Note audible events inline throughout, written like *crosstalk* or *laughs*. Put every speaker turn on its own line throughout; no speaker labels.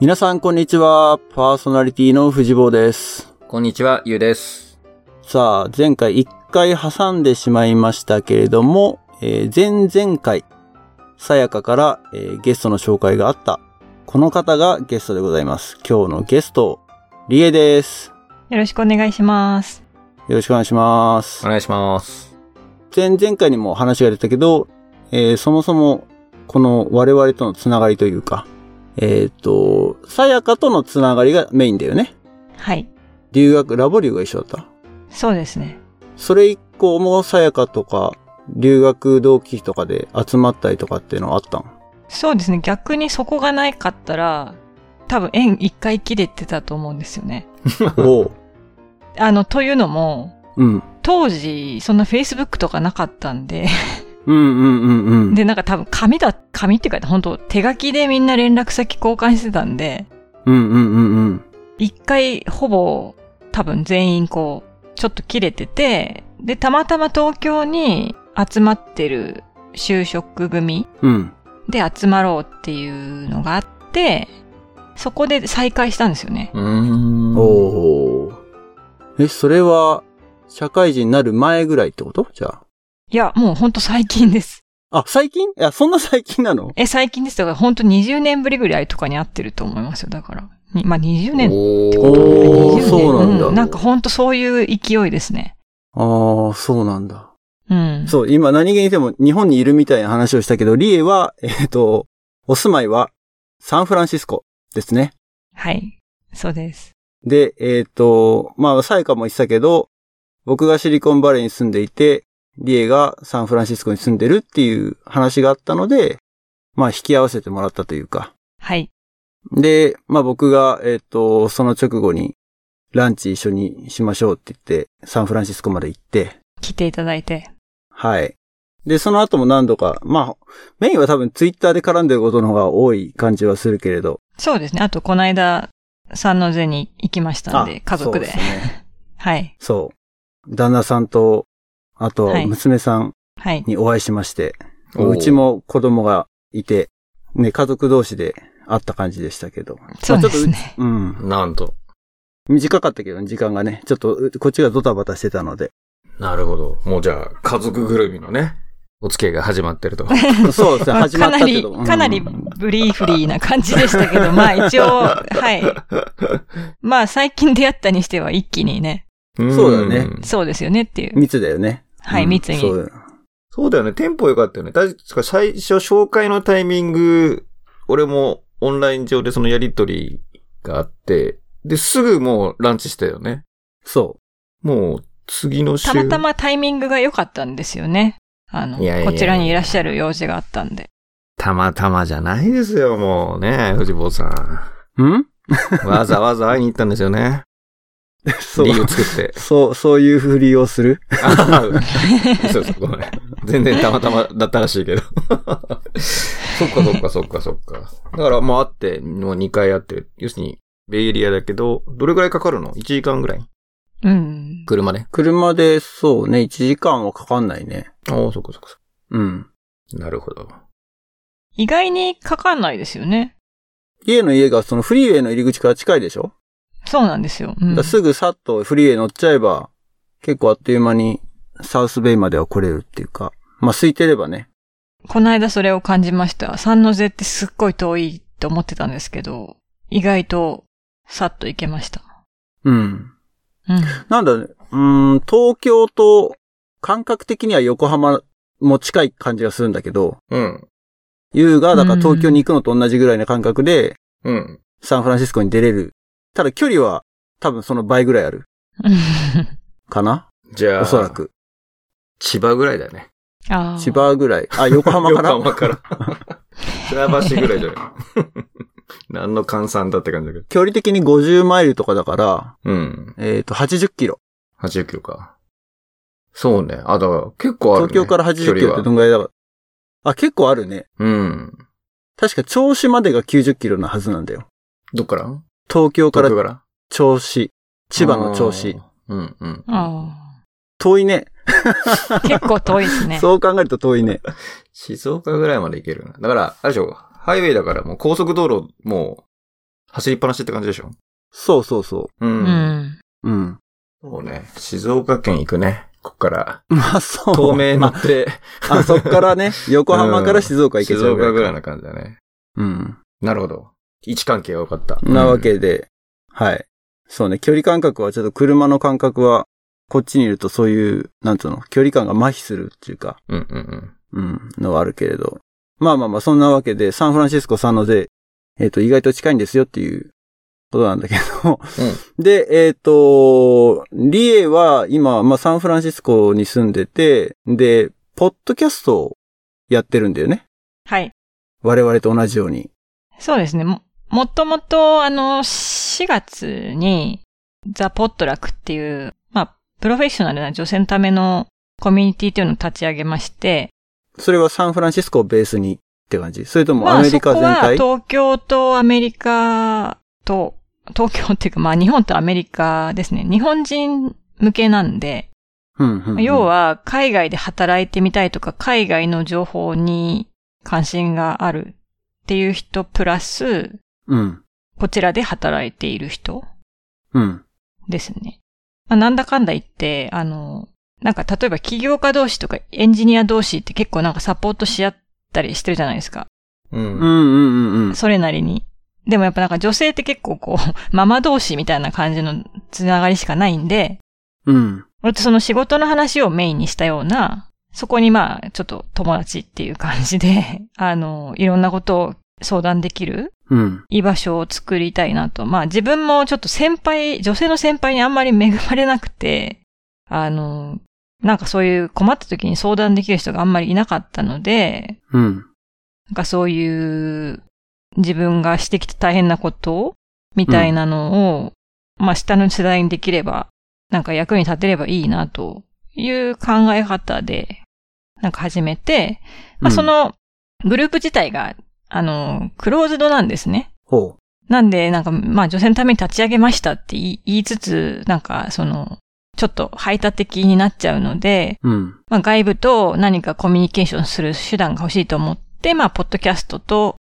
皆さん、こんにちは。パーソナリティの藤坊です。
こんにちは、ゆうです。
さあ、前回1回挟んでしまいましたけれども、えー前々回、さやかから、えーゲストの紹介があった、この方がゲストでございます。今日のゲスト、りえです。
よろしくお願いします。
よろしくお願いします
お。願いします。
前々回にも話が出たけど、えーそもそも、この我々とのつながりというか、えっ、と、さやかとのつながりがメインだよね。
はい。
留学、ラボ留が一緒だった。
そうですね。
それ以降もさやかとか、留学同期とかで集まったりとかっていうのはあったん
そうですね。逆にそこがないかったら、多分縁一回切れてたと思うんですよね。
おう。
あの、というのも、
うん。
当時、そんな Facebook とかなかったんで、
うんうんうんうん。
で、なんか多分紙だ、紙っていうか、本当手書きでみんな連絡先交換してたんで、
うんうんうんうん。
一回ほぼ多分全員こう、ちょっと切れてて、で、たまたま東京に集まってる就職組
うん。
で集まろうっていうのがあって、そこで再会したんですよね。
うーん。
おーえ、それは、社会人になる前ぐらいってことじゃ
いや、もうほんと最近です。 *laughs*
あ。あ、最近いや、そんな最近なの
え、最近ですとか、ほんと20年ぶりぐらいとかに会ってると思いますよ、だから。にまあ20年。
お
お
ー
20年
そうなんだ
なんかほんとそういう勢いですね。
ああ、そうなんだ。
うん。
そう、今何気にしても日本にいるみたいな話をしたけど、リエは、えっ、と、お住まいはサンフランシスコですね。
はい。そうです。
で、えっ、と、まあ、サイカも言ってたけど、僕がシリコンバレーに住んでいて、リエがサンフランシスコに住んでるっていう話があったので、まあ、引き合わせてもらったというか。
はい。
で、まあ僕が、えっ、と、その直後に、ランチ一緒にしましょうって言って、サンフランシスコまで行って、
来ていただいて。
はい。で、その後も何度か、まあ、メインは多分ツイッターで絡んでることの方が多い感じはするけれど。
そうですね。あと、この間、三ノ瀬に行きましたんで、家族で。
そうすね。
はい。
そう。旦那さんと、あとは娘さん
はい。
にお会いしまして、
おー
うちも子供がいて、ね、家族同士で会った感じでしたけど。
そう
まあ
で
ちょっ
す
と
ね。
うん。
なんと。
短かったけどね、時間がね。ちょっと、うこっちがドタバタしてたの
*laughs*
で。
なるほど。もうじゃあ、家族ぐるみのね、お付き合いが始まって *laughs* ると。
そうですね、
まあ
始まったけど。
かなり、
う
かなんりブリーフリーな感じでしたけ
*laughs*
ど、まあ一応、はい。まあ最近出会ったにしては一気にね、
そうだね
ん
そうですよねっていう。
密だよね。
はい、
うん
密に。
そう。
そうだよね。テンポ良かったよね。確か最初紹介のタイミング、俺もオンライン上でそのやりとりがあって、で、すぐもうランチしたよね。
そ
もう、次の週。
たまたまタイミングが良かったんですよね。あの
いやいやいや
こちらにいらっしゃる用事があったんで。
たまたまじゃないですよ、もうね、藤坊さん。
う。ん
わざわざ会いに行ったんですよね。
そ
*laughs* 理
う。
由。作って *laughs*
そう、そういうふりをする。
ああ、そうそう、ごめん。全然たまたまだったらしいけど。そっかそっかそっかそっか。だからもう会って、もう2回会ってる。要するに、ベイエリアだけど、どれぐらいかかるの ?1 時間ぐらい
うん。
車で。
車で、そうね、1時間はかかんないね。
ああ、そっかそっかそ
うん。
っか。なるほど。
意外にかかんないですよね。
家の家がそのフリーウェイの入り口から近いでしょ、
そうなんですよ。う
だ
ん
から、すぐさっとフリーウェイ乗っちゃえば、結構あっという間にサウスベイまでは来れるっていうか、まあ空いてればね。
この間それを感じました。三ノ瀬ってすっごい遠いと思ってたんですけど、意外とさっと行けました。
うん。
うん。
*laughs* なんだね、うーん、東京と感覚的には横浜も近い感じがするんだけど、
うん。
優がだから東京に行くのと同じぐらいの感覚で
うん。
サンフランシスコに出れる。ただ距離は多分その倍ぐらいある。かな
じゃあ、
おそら。く。
千葉ぐらいだよね。
あー
千葉ぐらい。あ、横浜か
*laughs* 横
ら
浜から。 *laughs* 船橋ぐらいじゃない *laughs* 何の換算だって感じだけど。
距離的に50マイルとかだから、
うん。
えっ、と、80キロ。
80キロか。そうね。あ、だから結構ある、ね。
東京から80キロってど
距離は
んぐらいだから。あ、結構あるね。
うん。
確か調子までが90キロなはずなんだよ。
どっから
東京から
東京から
調子。千葉の調子。。
あーうんうん。
あ
遠いね。
あ。結構遠いですね。
そう考えると遠いね。
静岡ぐらいまで行けるな。だから、あれでしょ、ハイウェイだからもう高速道路、もう、走りっぱなしって感じでしょ。
そうそうそう
うんん。
うん。 *laughs*
そうね。静岡県行くね。こっから。
まあそう。
透明乗
*laughs* ま
って、
あ、あそっからね、横浜から静岡行け
静
ちゃう
岡ぐらい
い。
な感じだね。
うん。
なるほど。位置関係が分かった。
なわけで、はい。そうね、距離感覚はちょっと車の感覚は、こっちにいるとそういう、なんつうの、距離感が麻痺するっていうか、
うんうんう
う
ん。
ん、のはあるけれど。まあまあまあ、そんなわけで、サンフランシスコサンノゼ、えっ、と、意外と近いんですよっていうことなんだけど。で、えっ、と、リエは今、まあサンフランシスコに住んでて、で、ポッドキャストをやってるんだよね。
はい。
我々と同じように。
そうですね。も、もともと、あの、4月に、ザ・ポットラックっていう、まあ、プロフェッショナルな女性のためのコミュニティというのを立ち上げまして、
それはサンフランシスコをベースにって感じそれとも
ま
ア
あ、
メリ
そこ
カ全
は
体、
東京とアメリカと、東京っていうか、まあ、日本とアメリカですね。日本人向けなんで、
うんうんうん
要、は海外で働いてみたいとか、海外の情報に関心があるっていう人プラス、
うん。
こちらで働いている人
うん。
ですね。まあ、なんだかんだ言って、あの、なんか例えば起業家同士とかエンジニア同士って結構なんかサポートし合ったりしてるじゃないですか。
うん。
うんうんうんうん。
それなりに。でもやっぱなんか女性って結構こう、 *laughs* ママ同士みたいな感じのつながりしかないんで、
うん。
俺ってその仕事の話をメインにしたような、そこにまあ、ちょっと友達っていう感じで、 *laughs* あの、いろんなことを相談できる
うん。
居場所を作りたいなと。まあ自分もちょっと先輩、女性の先輩にあんまり恵まれなくて、あの、なんかそういう困った時に相談できる人があんまりいなかったので、
うん。
なんかそういう自分がしてきた大変なことみたいなのを、まあ下の世代にできれば、なんか役に立てればいいなという考え方で、なんか始めて、まあそ、のグループ自体が、あの、クローズドなんですね。
ほ
なんで、なんか、まあ女性のために立ち上げましたって言い言いつつ、なんかその、ちょっと排他的になっちゃうので、
う。うん。
まあ、外部と何かコミュニケーションする手段が欲しいと思って、まあ、ポッドキャストと、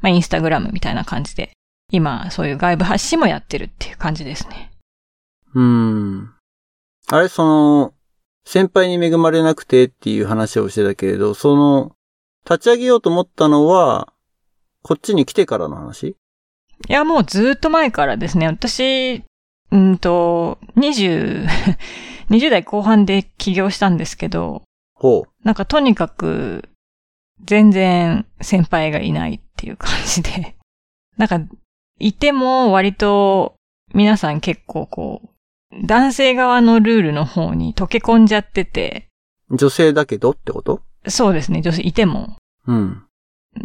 まあ、インスタグラムみたいな感じで、今、そういう外部発信もやってるっていう感じですね。
うーん。あれ、その、先輩に恵まれなくてっていう話をしてたけれど、その、立ち上げようと思ったのは、こっちに来てからの話
いや、もうずーっと前からですね、私、うんと、20、20代後半で起業したんですけど、
ほ
なんかとにかく、全然先輩がいないっていう感じで。 *laughs* なんか、いても割と皆さん結構こう、男性側のルールの方に溶け込んじゃってて、
う。女性だけどってこと
そうですね、女性いても。
うん。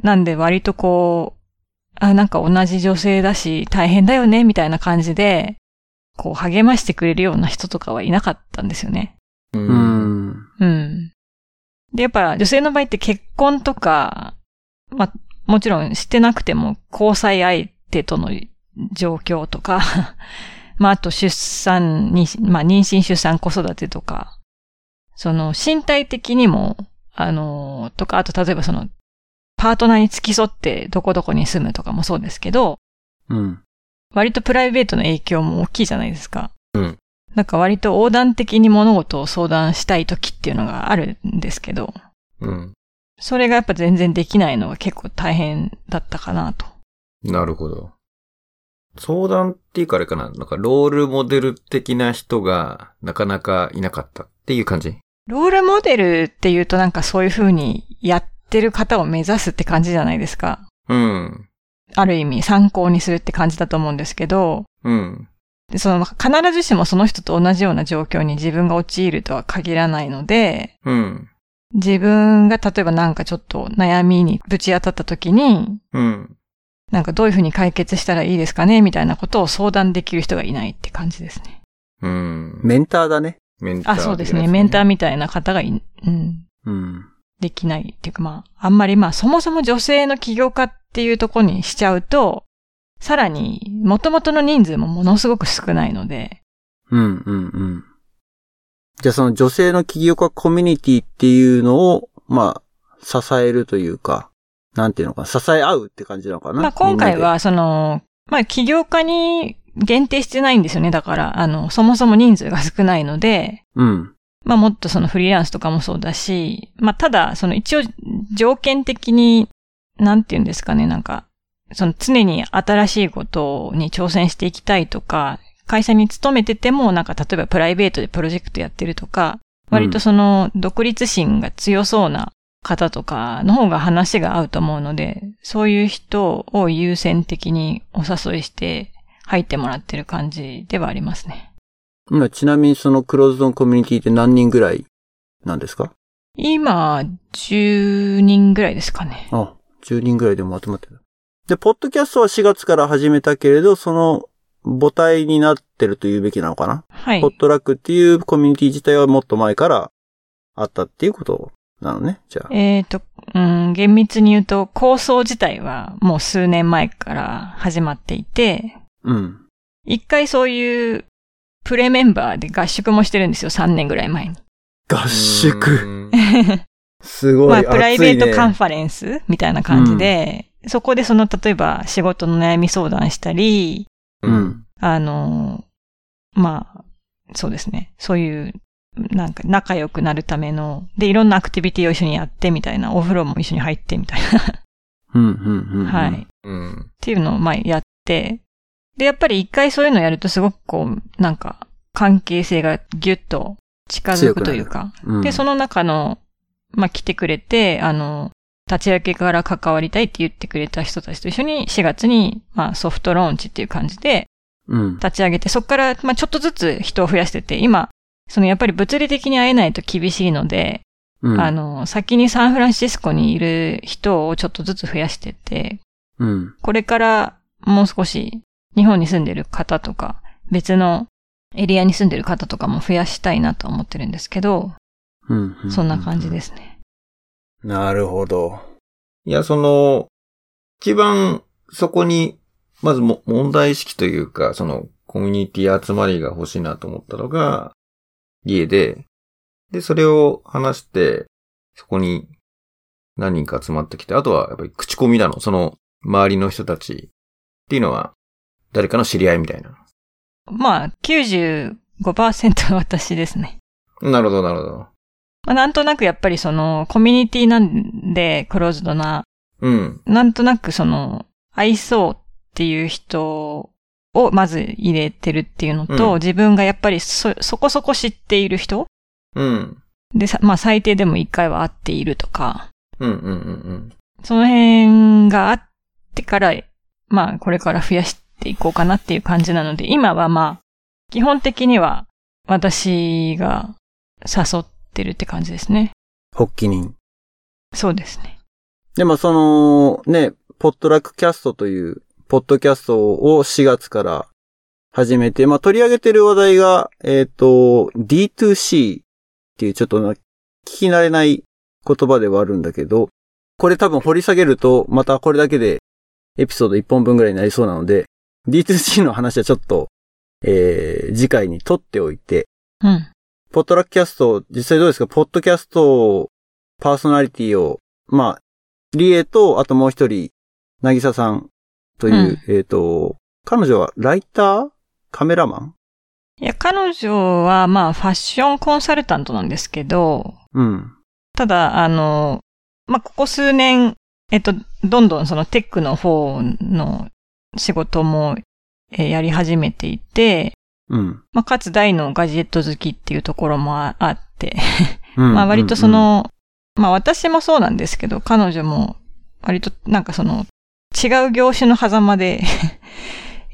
なんで割とこう、あ、なんか同じ女性だし大変だよね、みたいな感じで、こう励ましてくれるような人とかはいなかったんですよね。
う
うーん。
うん。で、やっぱ女性の場合って結婚とか、まあ、もちろんしてなくても交際相手との状況とか、 *laughs* まあ、あと出産、妊娠まあ、妊娠、出産、子育てとか、その身体的にも、あの、とか、あと例えばその、パートナーに付き添ってどこどこに住むとかもそうですけど、
うん。
割とプライベートの影響も大きいじゃないですか。
うん。
なんか割と横断的に物事を相談したい時っていうのがあるんですけど、
うん。
それがやっぱ全然できないのが結構大変だったかなと。
なるほど。相談っていうかあれかな、なんかロールモデル的な人がなかなかいなかったっていう感じ
ロールモデルっていうとなんかそういう風にやってる方を目指すって感じじゃないですか。
うん。
ある意味参考にするって感じだと思うんですけど、
うん。
でその必ずしもその人と同じような状況に自分が陥るとは限らないので、
うん。
自分が例えばなんかちょっと悩みにぶち当たった時に、
うん。
なんかどういうふうに解決したらいいですかねみたいなことを相談できる人がいないって感じですね。
うん。
メンターだね。
メンター
あ、そうですね。メンター
み
みたいな方がい、うん、
うん。
できないっていうかまあ、あんまりまあ、そもそも女性の起業家っていうところにしちゃうと、さらに、元々の人数もものすごく少ないので、
うん、うん、うん。じゃあその女性の起業家コミュニティっていうのを、まあ、支えるというか、なんていうのかな、支え合うって感じなのかな
まあ今回、はその、まあ、起業家に限定してないんですよね。だから、あの、そもそも人数が少ないので、
うん。
まあ、もっとそのフリーランスとかもそうだし、まあ、ただ、その一応条件的に、なんて言うんですかね、なんか、その常に新しいことに挑戦していきたいとか、会社に勤めてても、なんか例えばプライベートでプロジェクトやってるとか、割とその独立心が強そうな方とかの方が話が合うと思うので、そういう人を優先的にお誘いして入ってもらってる感じではありますね。
今、ちなみにそのクローズドコミュニティって何人ぐらいなんですか
今、10人ぐらいですかね。
あ、10人ぐらいでも集まってる。で、ポッドキャストは4月から始めたけれど、その母体になってると言うべきなのかな、
はい
ポッ。トラックっていうコミュニティ自体はもっと前からあったっていうことなのね、じゃあ。
えっ、と、うん、厳密に言うと、構想自体はもう数年前から始まっていて、
うん。
一回そういうプレメンバーで合宿もしてるんですよ、3年ぐらい前に。
合宿。
うん。
すごい。
まあ、プライベートカン
フ
ファレンスみたいな感じで、そこでその、例えば仕事の悩み相談したり、
うん。
あの、まあ、そうですね。そういう、なんか仲良くなるための、で、いろんなアクティビティを一緒にやってみたいな、お風呂も一緒に入ってみたい
うん、うん、うん。
な、はい。っ
うん。
ていうのを、まあ、やって、で、やっぱり一回そういうのやるとすごくこう、なんか、関係性がギュッと近づくというか、
うん。
で、その中の、まあ、来てくれて、あの、立ち上げから関わりたいって言ってくれた人たちと一緒に4月に、まあ、ソフトローンチっていう感じで
うん。
立ち上げて、そこから、まあ、ちょっとずつ人を増やしてて、今、そのやっぱり物理的に会えないと厳しいので、
うん。
あの、先にサンフランシスコにいる人をちょっとずつ増やしてて、
うん。
これからもう少し日本に住んでる方とか、別のエリアに住んでる方とかも増やしたいなと思ってるんですけど、
うん。う。
そんな感じですすね。
なるほど。
いや、その、一番そこに、まずも問題意識というか、そのコミュニティ集まりが欲しいなと思ったのが、家で、で、それを話して、そこに何人か集まってきて、あとはやっぱり口コミなの、その周りの人たちっていうのは、誰かの知り合いみたいな。
まあ、95%は私ですね。
なるほど、なるほど。
まあ、なんとなくやっぱりその、コミュニティなんで、クローズドな、
うん。
なんとなくその、愛そうっていう人をまず入れてるっていうのと、
うん
自分がやっぱりそ、そこそこ知っている人
うん。
で、さまあ最低でも一回は会っているとか、
うん、うん、うん、
その辺があってから、まあこれから増やしていこうかなっていう感じなので、今はまあ、基本的には私が誘ってるって感じですね。
発起人。
そうですね。
でもその、ね、ポットラックキャストという、ポッドキャストを4月から始めて、まあ、取り上げてる話題が、えっ、と、D2C っていうちょっとな聞き慣れない言葉ではあるんだけど、これ多分掘り下げると、またこれだけでエピソード1本分ぐらいになりそうなので、D2C の話はちょっと、えー、次回に取っておいて、
うん。
ポットラックキャスト、実際どうですかポッドキャスト、パーソナリティを、まあ、リエと、あともう一人、なぎささんという、えっ、と、彼女はライターカメラマン
いや、彼女はまあファッションコンサルタントなんですけど、
うん。
ただ、あの、まあ、ここ数年、えっと、どんどんそのテックの方の仕事も、えーやり始めていて、
うん。
まあ、かつ大のガジェット好きっていうところもああって、
うん
まあ、割とそ、の、まあ、私もそうなんですけど、彼女も、割となんかその、違う業種の狭間で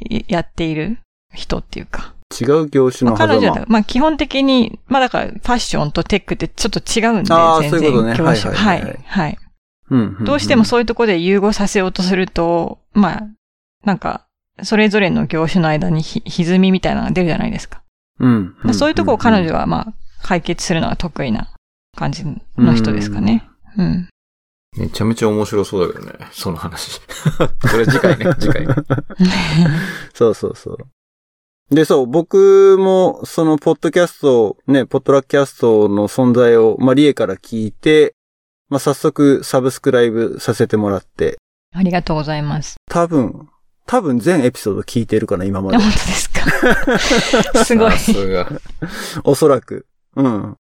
*laughs* やっている人っていうか、
うんうん違う業種
ま
の
あ、彼
狭
女
間
は、まあ、基本的に、まあ、だから、ファッションとテックってちょっと違うんで、
あー
全
そういうことね
然業種。
は
はい
はいはいはい
い、はい。
うんんん
どうしてもそういうとこで融合させようとすると、まあ、なんか、それぞれの業種の間にひ歪みみたいなのが出るじゃないですか。
うん、
まあそういうとこを彼女
は、
はまあ、解決するのが得意な感じの人ですかね。 *laughs* うん。
うん。めちゃめちゃ面白そうだけどね、その話。 *laughs* これ次回ね、
*laughs*
次回。
そうそうそう。で、そう、僕も、その、ポッドキャスト、ね、ポッドラックキャストの存在を、まあ、リエから聞いて、まあ、早速、サブスクライブさせてもらって、
ありがとうございます。
多分、多分全エピソード聞いてるから、今ま
*laughs* 本当
で。
ですか
*laughs*
*laughs* すごい
さ。すが。
おそらく。うん。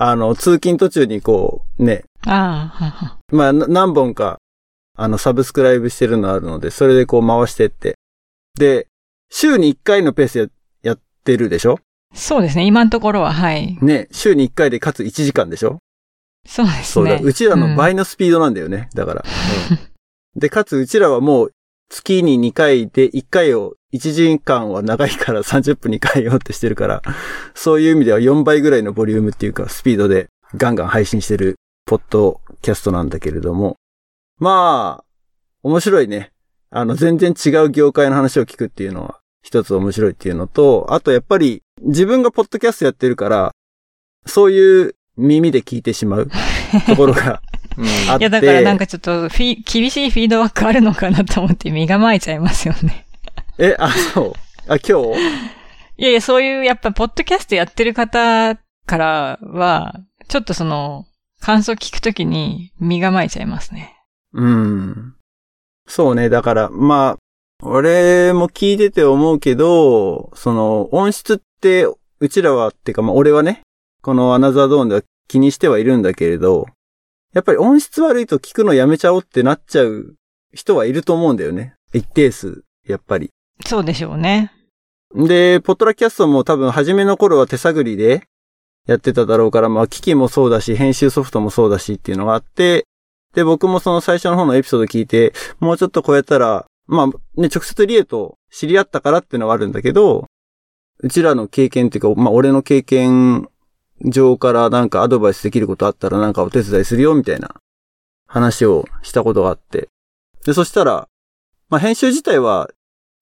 あの、通勤途中にこう、ね、
ああはんはん、
まあ、な何本か、あの、サブスクライブしてるのあるので、それでこう回してって。で、週に1回のペースややってるでしょ
そうですね。今のところは、はい。
ね、週に1回でかつ1時間でしょ
そうです
そうだ。
ね。
うちらの
う
倍のスピードなんだよね。だから。で、かつうちらはもう、月に2回で1回を、1時間は長いから30分に変えようってしてるから、そういう意味では4倍ぐらいのボリュームっていうか、スピードでガンガン配信してる、ポッドキャストなんだけれども。まあ、面白いね。あの、全然違う業界の話を聞くっていうのは、一つ面白いっていうのと、あとやっぱり、自分がポッドキャストやってるから、そういう耳で聞いてしまうところが
うん
あっ
んい
て。
や、だからなんかちょっとフィ、厳しいフィードバックあるのかなと思って身構えちゃいますよね。
え、あ、そう。あ、今日
いやいや、そういう、やっぱ、ポッドキャストやってる方からは、ちょっとその、感想聞くときに身構えちゃいますね。
うん。そうね。だから、まあ、俺も聞いてて思うけど、その、音質って、うちらは、ってか、まあ俺はね、このアナザードーンでは気にしてはいるんだけれど、やっぱり音質悪いと聞くのやめちゃおうってなっちゃう人はいると思うんだよね。一定数、やっぱり。
そうでしょうね。
で、ポットラキャストも多分初めの頃は手探りでやってただろうから、まあ機器もそうだし、編集ソフトもそうだしっていうのがあって、で、僕もその最初の方のエピソード聞いて、もうちょっとこうやったら、まあね、直接リエと知り合ったからっていうのはあるんだけど、うちらの経験っていうか、まあ俺の経験上からなんかアドバイスできることあったらなんかお手伝いするよみたいな話をしたことがあって。で、そしたら、まあ編集自体は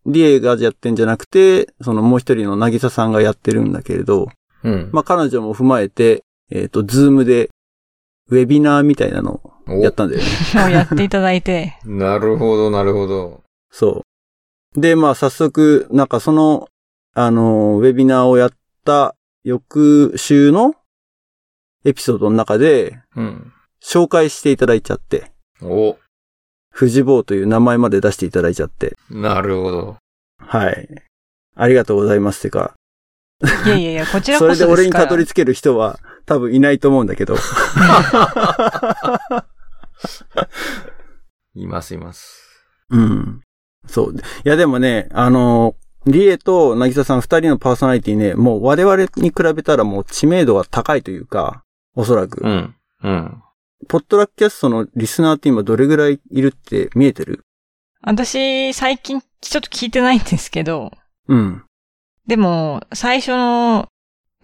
リエがやってんじゃなくて、そのもう一人のなぎささんがやってるんだけれど、
うん。
まあ彼女も踏まえて、えっ、と、ズームで、ウェビナーみたいなのを
お。
やったんだよね。
今日やっていただいて *laughs*
なるほど、なるほど。
そう。で、まあ早速、なんかその、あの、ウェビナーをやった翌週のエピソードの中で、
うん。
紹介していただいちゃって、
お、
フジボーという名前まで出していただいちゃって、
なるほど。
はい。ありがとうございますってか、
いやいやいや、こちら
そ
こ
れで
そで
俺
す
に
から。
たどり着ける人は多分いないと思うんだけど。
います、います。
うん。そう。いやでもね、あの、リエとなぎささん二人のパーソナリティね、もう我々に比べたらもう知名度が高いというか、おそらく。
うん。うん。
ポットラックキャストのリスナーって今どれぐらいいるって見えてる
私、最近、ちょっと聞いてないんですけど、
うん。
でも、最初の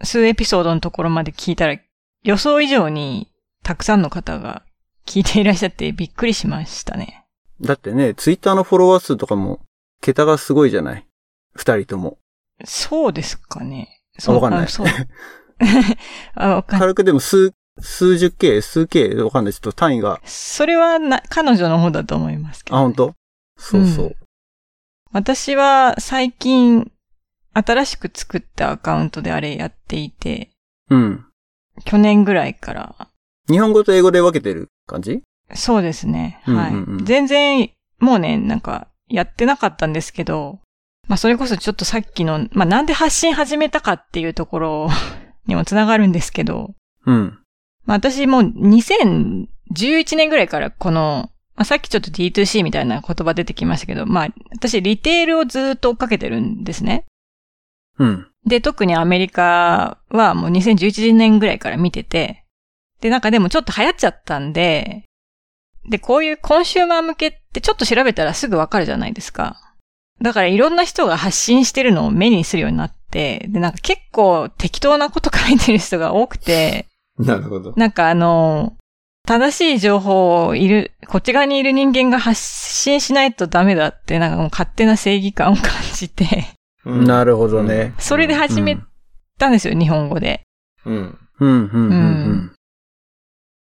数エピソードのところまで聞いたら、予想以上にたくさんの方が聞いていらっしゃってびっくりしましたね。
だってね、ツイッターのフォロワー数とかも、桁がすごいじゃない二人とも。
そうですかね。
わかんない
あそう。 *laughs* あ、わかんない。
軽くでも数、数十 K、数 K、わかんない。ちょっと単位が。
それはな、彼女の方だと思いますけど。
あ、本当？そうそう。
私は最近、新しく作ったアカウントであれやっていて、
うん。
去年ぐらいから、
日本語と英語で分けてる感じ
そうですね。はい。
うんうんうん
全然、もうね、なんか、やってなかったんですけど、まあ、それこそちょっとさっきの、まあ、なんで発信始めたかっていうところにもつながるんですけど、
うん。
まあ、私もう2011年ぐらいからこの、まあ、さっきちょっと D2C みたいな言葉出てきましたけど、まあ、私リテールをずーっと追っかけてるんですね。
うん。
で、特にアメリカはもう2011年ぐらいから見てて、で、なんかでもちょっと流行っちゃったんで、で、こういうコンシューマー向けってちょっと調べたらすぐわかるじゃないですか。だからいろんな人が発信してるのを目にするようになって、で、なんか結構適当なこと書いてる人が多くて、
なるほど。
なんかあの、正しい情報をいる、こっち側にいる人間が発信しないとダメだって、なんかもう勝手な正義感を感じて、 *laughs*
な
る
るほどね。。
それで始めたんですよ、日本語で。
うん。
うん、うん、う
うんん。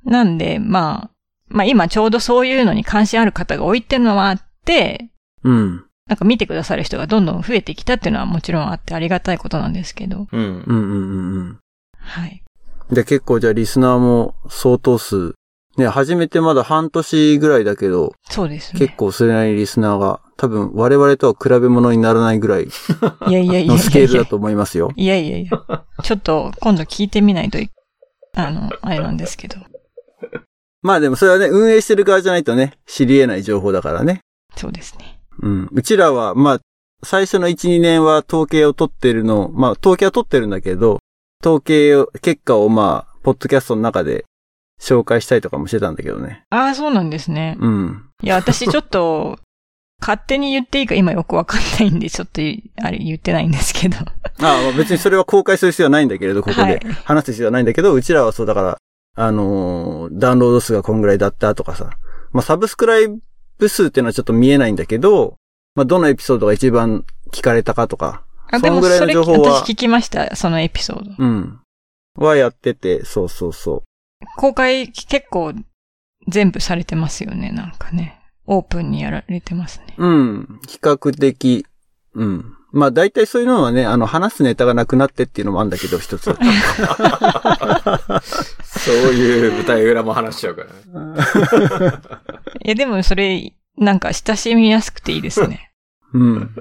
なんで、まあ、まあ今ちょうどそういうのに関心ある方が多いっていうのはあって、
うん。
なんか見てくださる人がどんどん増えてきたっていうのはもちろんあってありがたいことなんですけど、
うん。
うん、うん、うん。
はい。
で、結構じゃあリスナーも相当数ね、始めてまだ半年ぐらいだけど、
そうですね。
結構それなりにリスナーが、多分我々とは比べ物にならないぐらい
いやいやいやいや
の
い
スケール
や
だ。と思いますよ。
いやいやいや。ちょっと今度聞いてみないとい、あの、あれなんですけど。
まあでもそれはね、運営してる側じゃないとね、知り得ない情報だからね。
そうですね。
うん。うちらは、まあ、最初の1、2年は統計を取ってるのを、まあ、統計は取ってるんだけど、統計を、結果をまあ、ポッドキャストの中で紹介したりとかもしてたんだけどね。
ああ、そうなんですね。
うん。
いや、私ちょっ
*laughs*
と、勝手に言っていいか今よくわかんないんで、ちょっとい、あれ言ってないんですけど。
ああまあ、別にそれは公開する必要はないんだけれど、ここ
は
で
い。
話す必要はないんだけど、うちらはそうだから、あのーダウンロード数がこんぐらいだったとかさ。まあ、サブスクライブ数っていうのはちょっと見えないんだけど、まあ、どのエピソードが一番聞かれたかとか、
あ、で
そん
も
ぐらい
そ
の
れ、
情報は
私聞きました、そのエピソード。
うん。はやってて、そうそうそう。
公開結構全部されてますよね、なんかね。オープンにやられてますね。
うん。比較的、うん。まあ大体そういうのはね、あの話すネタがなくなってっていうのもあるんだけど、一つ。
そういう舞台裏も話しちゃうからね。
いや、でもそれ、なんか親しみやすくていいです
*laughs*
ね。
うん。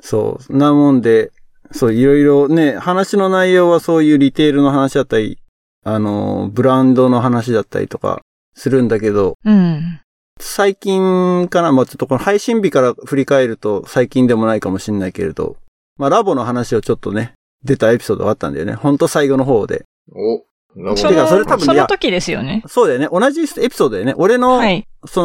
そう。そんなもんで、そう、いろいろね、話の内容はそういうリテールの話だったり、あの、ブランドの話だったりとかするんだけど、
うん。
最近かな、まあちょっとこの配信日から振り返ると最近でもないかもしれないけれど、まあラボの話をちょっとね、出たエピソードがあったんだよね。ほんと最後の方で。
お、なる
そ
ほ
て
ど。
か
の
それ多分
そ
いや
の時ですよね。
そうだよね。同じエピソードだよね。俺の、
はい。
そ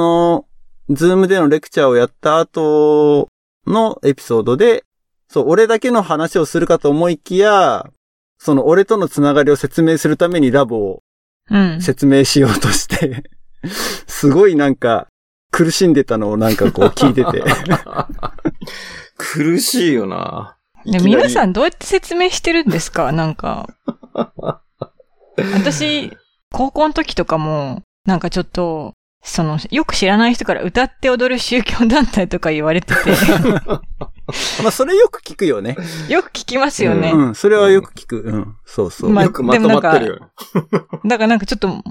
の、ズームでのレクチャーをやった後のエピソードで、そう、俺だけの話をするかと思いきや、その俺とのつながりを説明するためにラボを
うん。
説明しようとして、 *laughs* すごいなんか苦しんでたのをなんかこう聞いてて。
*laughs* 苦しいよな。
で皆さ
ん。
んどうやって説明してるんですか *laughs* な
*laughs*
んか。私、高校の時とかも、なんかちょっと、その、よく知らない人から歌って踊る宗教団体とか言われ
*laughs*
てて、
*laughs* まあそれよく聞くよね。
よく聞きますよね。
うん、それはよく聞く。うん、そうそう。
まあ
よくまとまってるよね。
だからなんかちょっと、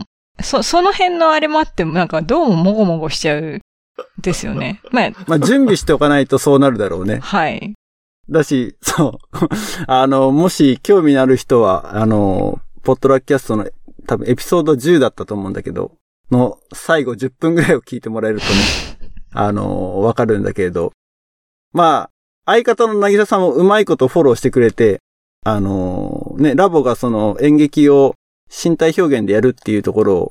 そ、その辺のあれもあって、なんかどうももごもごしちゃう、です
*laughs*
よね。まあ、
まあ準備しておかないとそうなるだろうね。
はい。
だし、そう。 *laughs* あの、もし興味のある人は、あの、ポットラッキャストの多分エピソード10だったと思うんだけど、の最後10分ぐらいを聞いてもらえるとね、あの、わかるんだけれど。まあ、相方のなぎささんもうまいことフォローしてくれて、あの、ね、ラボがその演劇を身体表現でやるっていうところを、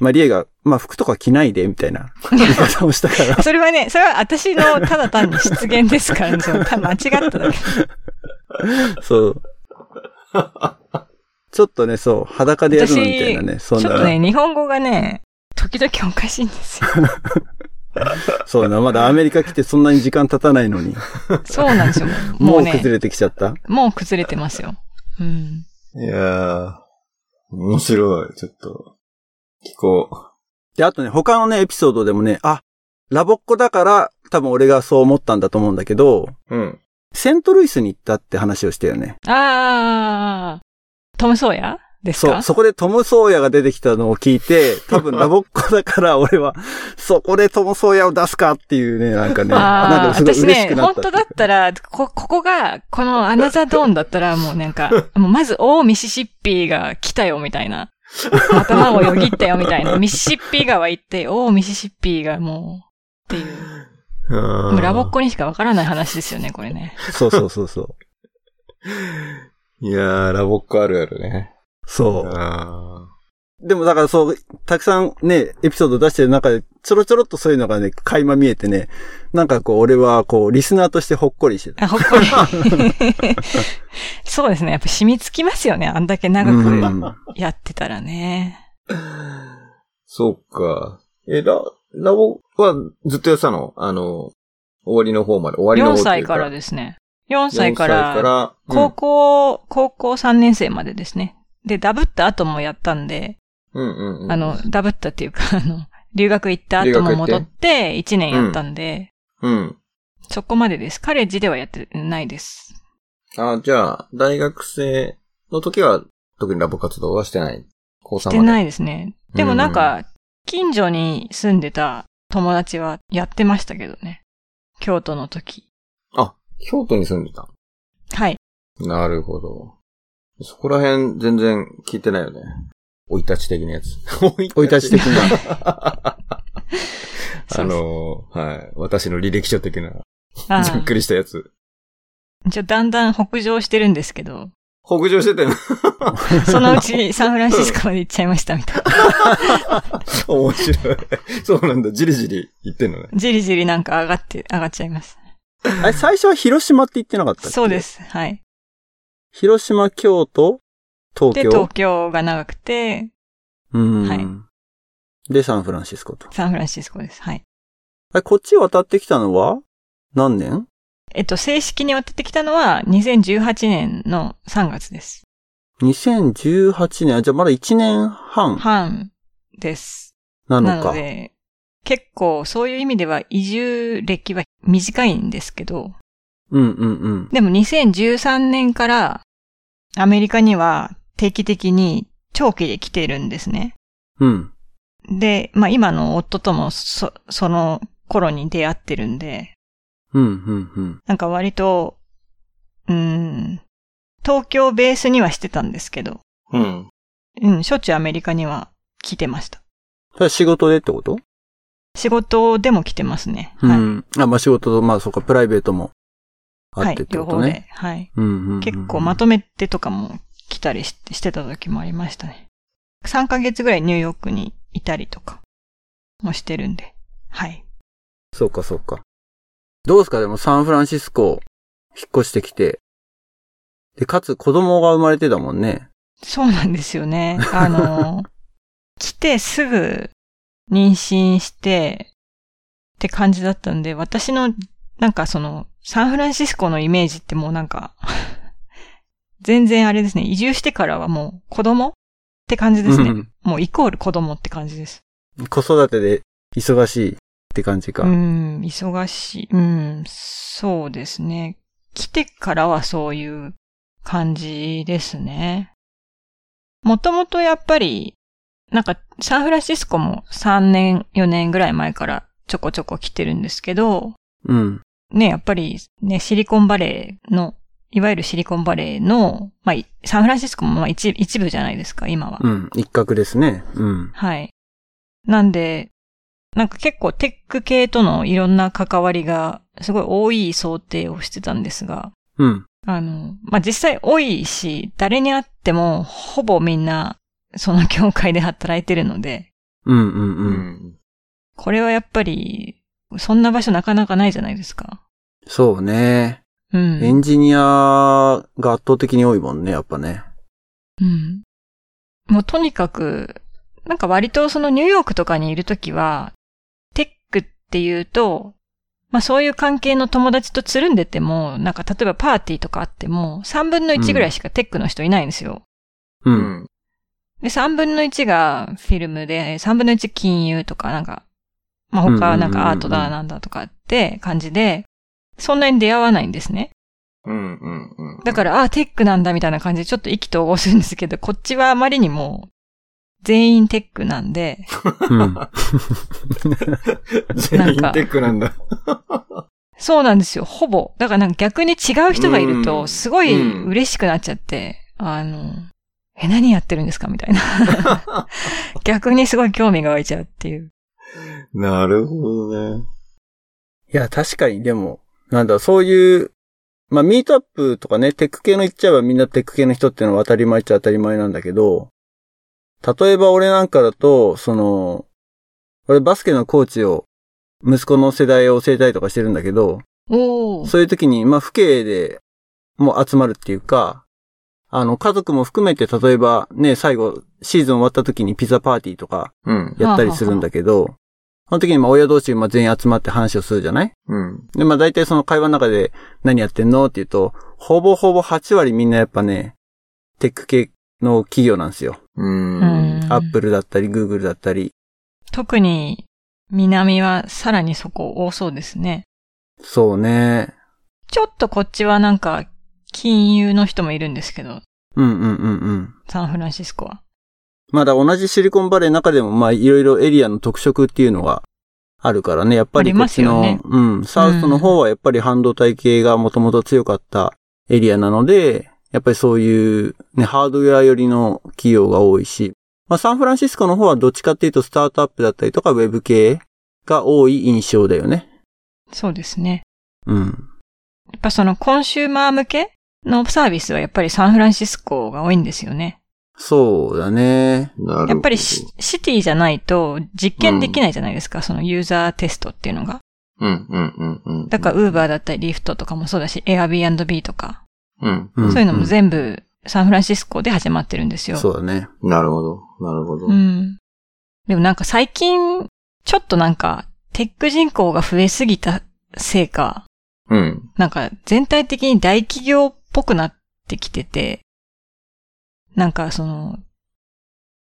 まあ、リエが、まあ、服とか着ないで、みたいな言い方をしたから。
それはね、それは私のただ単に失言ですからね。そのた間違っただけ。 *laughs*
そう。ちょっとね、そう、裸でやるのみたいなね、そん
ちょっ
な、
とね、日本語がね、時々おかしいんですよ。
そうな、まだアメリカ来てそんなに時間経たないのに、
そうなんで
*laughs*
すよ。も
も
う
う
ね、
崩れてきちゃった。
もう崩れてますよ。うん。
いやー、面白い。ちょっと、聞こ
で、あとね、他のね、エピソードでもね、あ、ラボっ子だから、多分俺がそう思ったんだと思うんだけど、
う。うん。
セントルイスに行ったって話をしたよね。
あー、トム・ソーヤです
そう、
か
そこでトム・ソーヤが出てきたのを聞いて、多分ラボっ子だから俺
*laughs*
は、そこでトム・ソーヤを出すかっていうね、なんかね、なん
あ
か
あ、
すごい
私
嬉し
ね
く、なっ
本
たって
当
いう。
だったら、こ、ここが、このアナザードーンだったら、も
*laughs*
うなんか、もうまず、おーミシシッピーが来たよ、みたいな。頭をよぎったよ、みたいな。ミシシッピー川行って、おーミシシッピーがもう、っていう。もうラボっ子にしかわからない話ですよね、これね。
そうそうそうそう。
いやー、ラボっ子あるあるね。
そう。
あ
でもだからそう、たくさんね、エピソード出してる中で、ちょろちょろっとそういうのがね、垣間見えてね、なんかこう、俺はこう、リスナーとしてほっこりしてた。
あ、ほっ
*laughs*
こり。そうですね。やっぱ染みつきますよね。あんだけ長く
うん
やってたらね。
ーそうか。え、ラ、ラボはずっとやってたのあの、終わりの方まで。終わりの方
4
ってい
歳
うか
からですね。4
4
歳から、
高
高
校。
校、高校3年生までですね。で、ダブった後もやったんで、
うんうんうん。
あの、、ダブったっていうか、あの、留学行った後も戻って1年やったんで、
うん。
そこまでです。カレッジではやってないです。
あ、じゃあ、大学生の時は特にラボ活動はしてない。高
し
3
て
まで。
ないですね。でもなんか、近所に住んでた友達はやってましたけどね。京都の時。
あ、京都に住んでた。
はい。
なるほど。そこら辺全然聞いてないよね。生い立ち的なや
*laughs*
つ。生い
生い立ち的な。
あ
そうそう
のーはい。私の履歴書的な、
ああ
ざっくりしたやつ。
一応だんだん北上してるんですけど、
北上してたよ
*laughs*
な。
*laughs* そのうちサンフランシスコまで行っちゃいましたみたいな。
面白い。そうなんだ。じりじり言ってんのね。
じりじりなんか上がって、上がっちゃいます。
あれ、最初は広島って言ってなかったっけ
そうで。す。はい。
広島、京都、東
で、
京。
東京が長くて、
うん。
はい
で、サンフランシスコと。
サンフランシスコです。はい。
あれ、こっち渡ってきたのは何年
えっと、正式に渡ってきたのは2018年の3月です。
?2018 年、あじゃあまだ1年半
半です。
な
な
の
の
か。
で、結構そういう意味では移住歴は短いんですけど、
うんうんうん。
でも2013年からアメリカには定期的に長期で来ているんですね。
うん。
で、まあ今の夫ともそ、その頃に出会ってるんで、
うんうんうん。
なんか割と、うーん、東京ベースにはしてたんですけど、
うん。
うん、しょっちゅうアメリカには来てました。
それは仕事でってこと、
仕事でも来てますね。
う
はい。
ん。あ、まあ仕事と、まあそうか、プライベートもあ
は
っ
い
てっ、て
両
こと
方
ね。
で。はい。
うんうんうんうん
結構まとめてとかも来たりししてた時もありましたね。3ヶ月ぐらいニューヨークにいたりとかもしてるんで。はい。
そうか、そうか。どうですかでもサンフランシスコ、引っ越してきて。で、かつ子供が生まれてたもんね。
そうなんですよね。
*laughs*
あの、来てすぐ妊娠してって感じだったんで、私のなんかそのサンフランシスコのイメージってもうなんか *laughs* 全然あれですね。移住してからはもう子供って感じですね。
うん
もうイコール子供って感じです。
子育てで忙しいって感じか。
うん、忙しい。うん、そうですね。来てからはそういう感じですね。もともとやっぱり、なんかサンフランシスコも3年、4年ぐらい前からちょこちょこ来てるんですけど、
うん。
ね、やっぱりね、シリコンバレーの、いわゆるシリコンバレーの、まあ、いサンフランシスコもまあ一一部じゃないですか、今は。
うん。一角ですね。うん。
はい。なんで、なんか結構テック系とのいろんな関わりがすごい多い想定をしてたんですが、
うん。
あの、まあ、実際多いし、誰に会ってもほぼみんなその業界で働いてるので、
うんうん
う
うん。
ん。
これはやっぱり、そんな場所なかなかないじゃないですか。
そうね。
う
エ
ん。
ンジニアが圧倒的に多いもんね、やっぱね。
うん。もうとにかく、なんか割とそのニューヨークとかにいるときは、テックっていうと、まあそういう関係の友達とつるんでても、なんか例えばパーティーとかあっても、3分の1ぐらいしかテックの人いないんですよ。
う。
うんん。
で、3分の1がフィルムで、3分の1金融とかなんか、まあ他はなんかアート
うんうんうんう
だ
ん
なんだとかって感じで、そんなに出会わないんですね。
うん。うん。うん
だから、あ、テックなんだみたいな感じでちょっと意気投合するんですけど、こっちはあまりにも全員テックなんで、
うん。
全員テックなんだ。
そうなんですよ、ほぼ。だからなんか逆に違う人がいる
う
と、
ん
すごい嬉しくなっちゃって、あの、え、何やってるんですかみたいな。逆にすごい興味が湧いちゃうっていう。
なるほどね。
いや、確かにでも、なんだ、そういう、まあ、ミートアップとかね、テック系の言っちゃえばみんなテック系の人っていうのは当たり前っちゃ当たり前なんだけど、例えば俺なんかだと、その、俺バスケのコーチを、息子の世代を教えたりとかしてるんだけど、
おー。
そういう時に、まあ、父兄でもう集まるっていうか、あの、家族も含めて、例えばね、最後、シーズン終わった時にピザパーティーとか
うん。
やったりするんだけど、その時にまあ親同士まあ全員集まって話をするじゃない
うん。
で、まあ大体その会話の中で何やってんのって言うと、ほぼほぼ8割みんなやっぱね、テック系の企業なんですよ。
うん。
うん
アップルだったり、グーグルだったり。
特に南はさらにそこ多そうですね。
そうね。
ちょっとこっちはなんか金融の人もいるんですけど、
うんうんうんうん。
サンフランシスコは。
まだ同じシリコンバレーの中でも、まあ、いろいろエリアの特色っていうのがあるからね、やっぱりこっちの、
あります
うん、サウスの方はやっぱり半導体系がもともと強かったエリアなので、やっぱりそういう、ね、ハードウェア寄りの企業が多いし、まあ、サンフランシスコの方はどっちかっていうとスタートアップだったりとかウェブ系が多い印象だよね。
そうですね。
うん。
やっぱそのコンシューマー向けのサービスはやっぱりサンフランシスコが多いんですよね。
そうだね。
なるほど
やっぱりシシティじゃないと実験できないじゃないですか、そのユーザーテストっていうのが。
うん、うん、うん、うん。
だから、ウーバーだったり、リフトとかもそうだし、Airbnb とか、
うん。
ん
そういうのも全部サンフランシスコで始まってるんですよ。
そうだね。
なるほど。なるほど。
うん。でもなんか最近、ちょっとなんか、テック人口が増えすぎたせいか、
うん。
なんか全体的に大企業っぽくなってきてて、なんかその、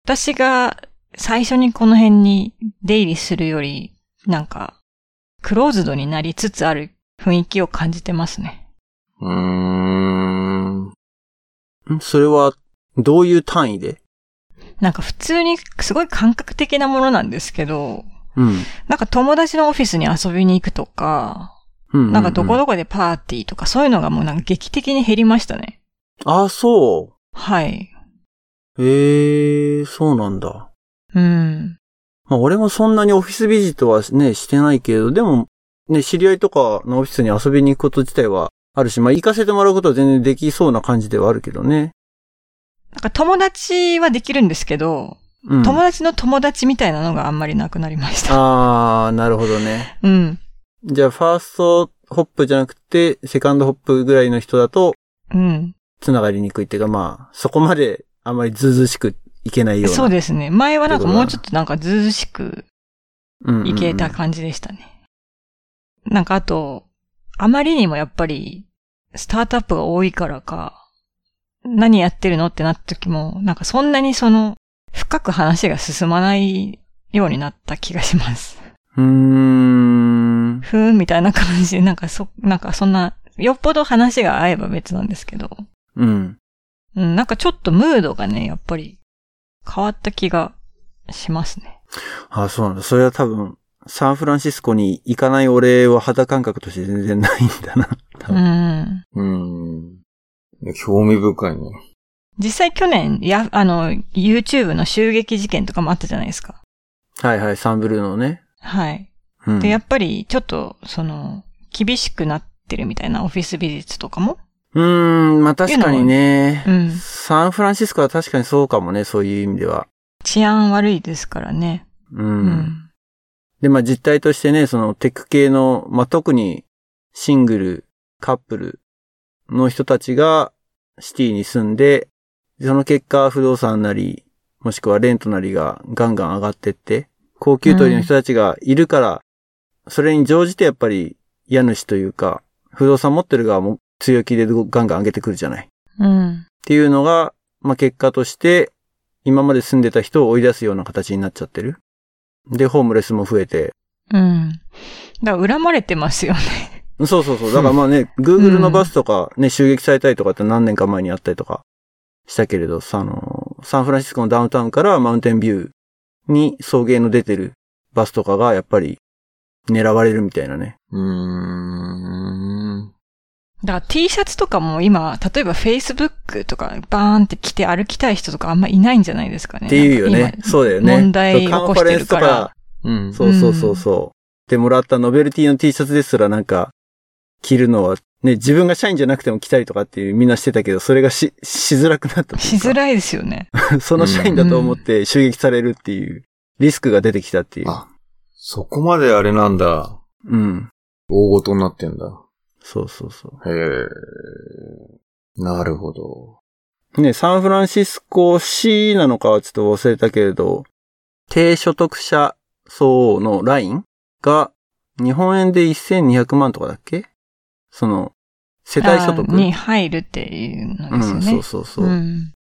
私が最初にこの辺に出入りするより、なんか、クローズドになりつつある雰囲気を感じてますね。
うーん。
んそれは、どういう単位で
なんか普通にすごい感覚的なものなんですけど、
うん。
なんか友達のオフィスに遊びに行くとか、
うん
なんかどこどこでパーティーとかそういうのがもうなんか劇的に減りましたね。
あ、そ
はい。
う。へえ、そうなんだ。
うん。
まあ俺もそんなにオフィスビジットはね、してないけど、でも、ね、知り合いとかのオフィスに遊びに行くこと自体はあるし、まあ行かせてもらうことは全然できそうな感じではあるけどね。
なんか友達はできるんですけど、
うん。
友達の友達みたいなのがあんまりなくなりました。
あー、なるほどね。
うん。
じゃあ、ファーストホップじゃなくて、セカンドホップぐらいの人だと、
うん。
つながりにくいっていうか、まあ、そこまであんまりずうずうしくいけないような。
そうですね。前はなんか
ということだ
もうちょっとなんかずうずうしく
うんうんうん
いけた感じでしたね。なんかあと、あまりにもやっぱり、スタートアップが多いからか、何やってるのってなった時も、なんかそんなにその、深く話が進まないようになった気がします。
うーん。
ふーんみたいな感じで、なんかそ、なんかそんな、よっぽど話が合えば別なんですけど、
うん。
うん、なんかちょっとムードがね、やっぱり変わった気がしますね。
あ、そうなんだ。それは多分、サンフランシスコに行かない俺は肌感覚として全然ないんだな。多
う
分
ん。
うん。興味深いね。
実際去年、や、あの、YouTube の襲撃事件とかもあったじゃないですか。
*laughs* はいはい、サンブルーのね。
はい。
うん。
で、やっぱり、ちょっと、その、厳しくなってるみたいなオフィス美術とかも。
うーん、まあ確かにね
う。ん。
サンフランシスコは確かにそうかもね、そういう意味では。
治安悪いですからね。
う。。
うん
で、まあ実態としてね、そのテック系の、まあ特にシングル、カップルの人たちがシティに住んで、その結果不動産なり、もしくはレントなりがガンガン上がってって、高級取りの人たちがいるから、それに乗じてやっぱり家主というか、不動産持ってる側も強気でどガンガン上げてくるじゃない。っ
うん。
ていうのが、まあ結果として、今まで住んでた人を追い出すような形になっちゃってる。で、ホームレスも増えて、
うん。だから、恨まれてますよね。 *laughs*
そうそうそう。だからまあね、Google のバスとかね、襲撃されたりとかって何年か前にあったりとかしたけれど、さ、あの、サンフランシスコのダウンタウンからマウンテンビューに送迎の出てるバスとかがやっぱり狙われるみたいなね。
うーん。
だから T シャツとかも今、例えば Facebook とかバーンって着て歩きたい人とかあんまいないんじゃないですかね。
っていうよ
なん
ね
か。今
そうだよね。
問題起こしてるから
カンファレンスと
うん。
そうそうそうそう。でもらったノベルティの T シャツですらなんか、着るのは、ね、自分が社員じゃなくても着たりとかっていうみんなしてたけど、それがし、しづらくなったというか。
しづらいですよね。
その社員だと思って襲撃されるっていう、リスクが出てきたっていう。
あ、そこまであれなんだ。
うん。
大ごとになってんだ。
そうそうそ
へえ。なるほど。
う。ね、サンフランシスコ市なのかはちょっと忘れたけれど、低所得者層のラインが、日本円で1200万とかだっけその、世帯所
あ
得。
ーに入るっていうの
う
ですよ
ん、
ね。
そうそうそう。っ
ん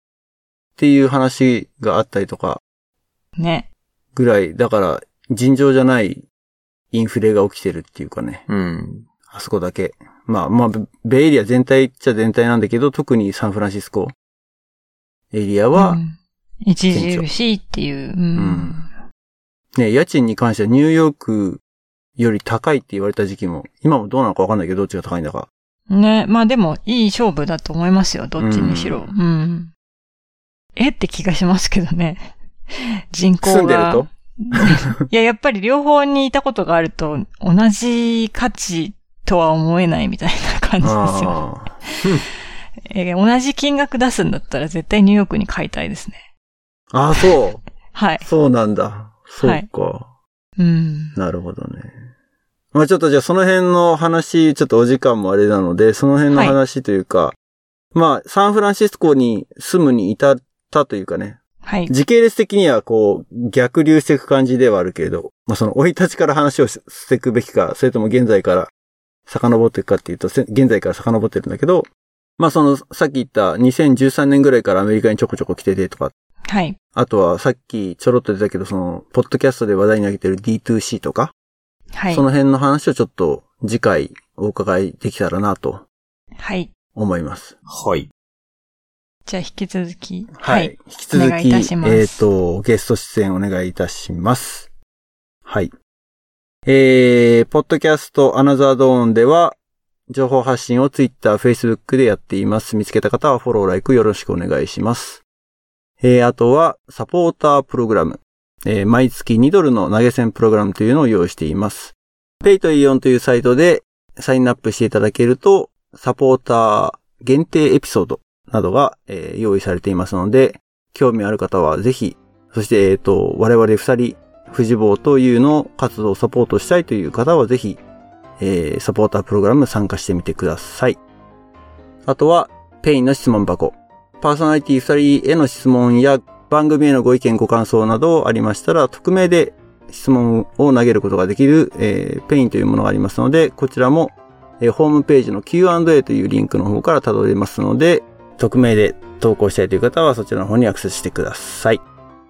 ていう話があったりとか、
ね。
ぐらい、だから、尋常じゃないインフレが起きてるっていうかね。
うん。
あそこだけ。まあまあ、ベベイエリア全体っちゃ全体なんだけど、特にサンフランシスコエリアは、
うん著しいっていう。うん
んね、家賃に関してはニューヨークより高いって言われた時期も、今もどうなのかわかんないけど、どっちが高いんだか。
ね、まあでもいい勝負だと思いますよ、どっちにしろ。
う
うん。えって気がしますけど
*laughs*
ね。人口が。
住んでると
*laughs* いや、やっぱり両方にいたことがあると、同じ価値とは思えないみたいな感じですよ。
ああ。
えー同じ金額出すんだったら絶対ニューヨークに買いたいですね。
ああ、そ
はい。
う。そうなんだ。そうか。
うん。
なるほどね。まあちょっとじゃあその辺の話、ちょっとお時間もあれなので、その辺の話というか、まあサンフランシスコに住むに至ったというかね、
はい。
時系列的にはこう逆流していく感じではあるけれど、まあその生い立ちから話をししていくべきか、それとも現在から遡っていくかっていうと、せ現在から遡ってるんだけど、まあそのさっき言った2013年ぐらいからアメリカにちょこちょこ来ててとか、
はい。
あとはさっきちょろっと出たけど、その、ポッドキャストで話題に上げてる D2C とか、
はい
そ。の辺の話をちょっと次回お伺いできたらなと
はい。
思います。
はい。
じゃあ引き続き。
はい。。引き続
お願い
き、
い
えっ、
たします
と、ゲスト出演お願いいたします。はい。えー、ポッドキャストアナザードーンでは、情報発信を Twitter、Facebook でやっています。見つけた方はフォロー、ライクよろしくお願いします。えー、あとは、サポータープログラム。えー、毎月2ドルの投げ銭プログラムというのを用意しています。ペイとイオンというサイトでサインアップしていただけると、サポーター限定エピソードなどが、えー用意されていますので、興味ある方はぜひ、そして、えっ、と、我々二人、藤坊というの活動をサポートしたいという方はぜひ、えーサポータープログラム参加してみてください。あとは、ペインの質問箱。パーソナリティ二人への質問や番組へのご意見ご感想などありましたら、匿名で質問を投げることができる、えーペインというものがありますので、こちらも、えーホームページの Q&A というリンクの方から辿れますので、匿名で投稿したいという方はそちらの方にアクセスしてください。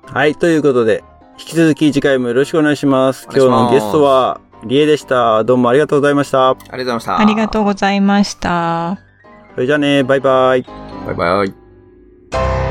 はい、ということで、引き続き次回もよろしくお願いします。
お願い
今日
します
のゲストは、リエでした。どうもありがとうございました。
ありがとうございました。
ありがとうございました。
それじゃあね、バイバイ。
バイバイ。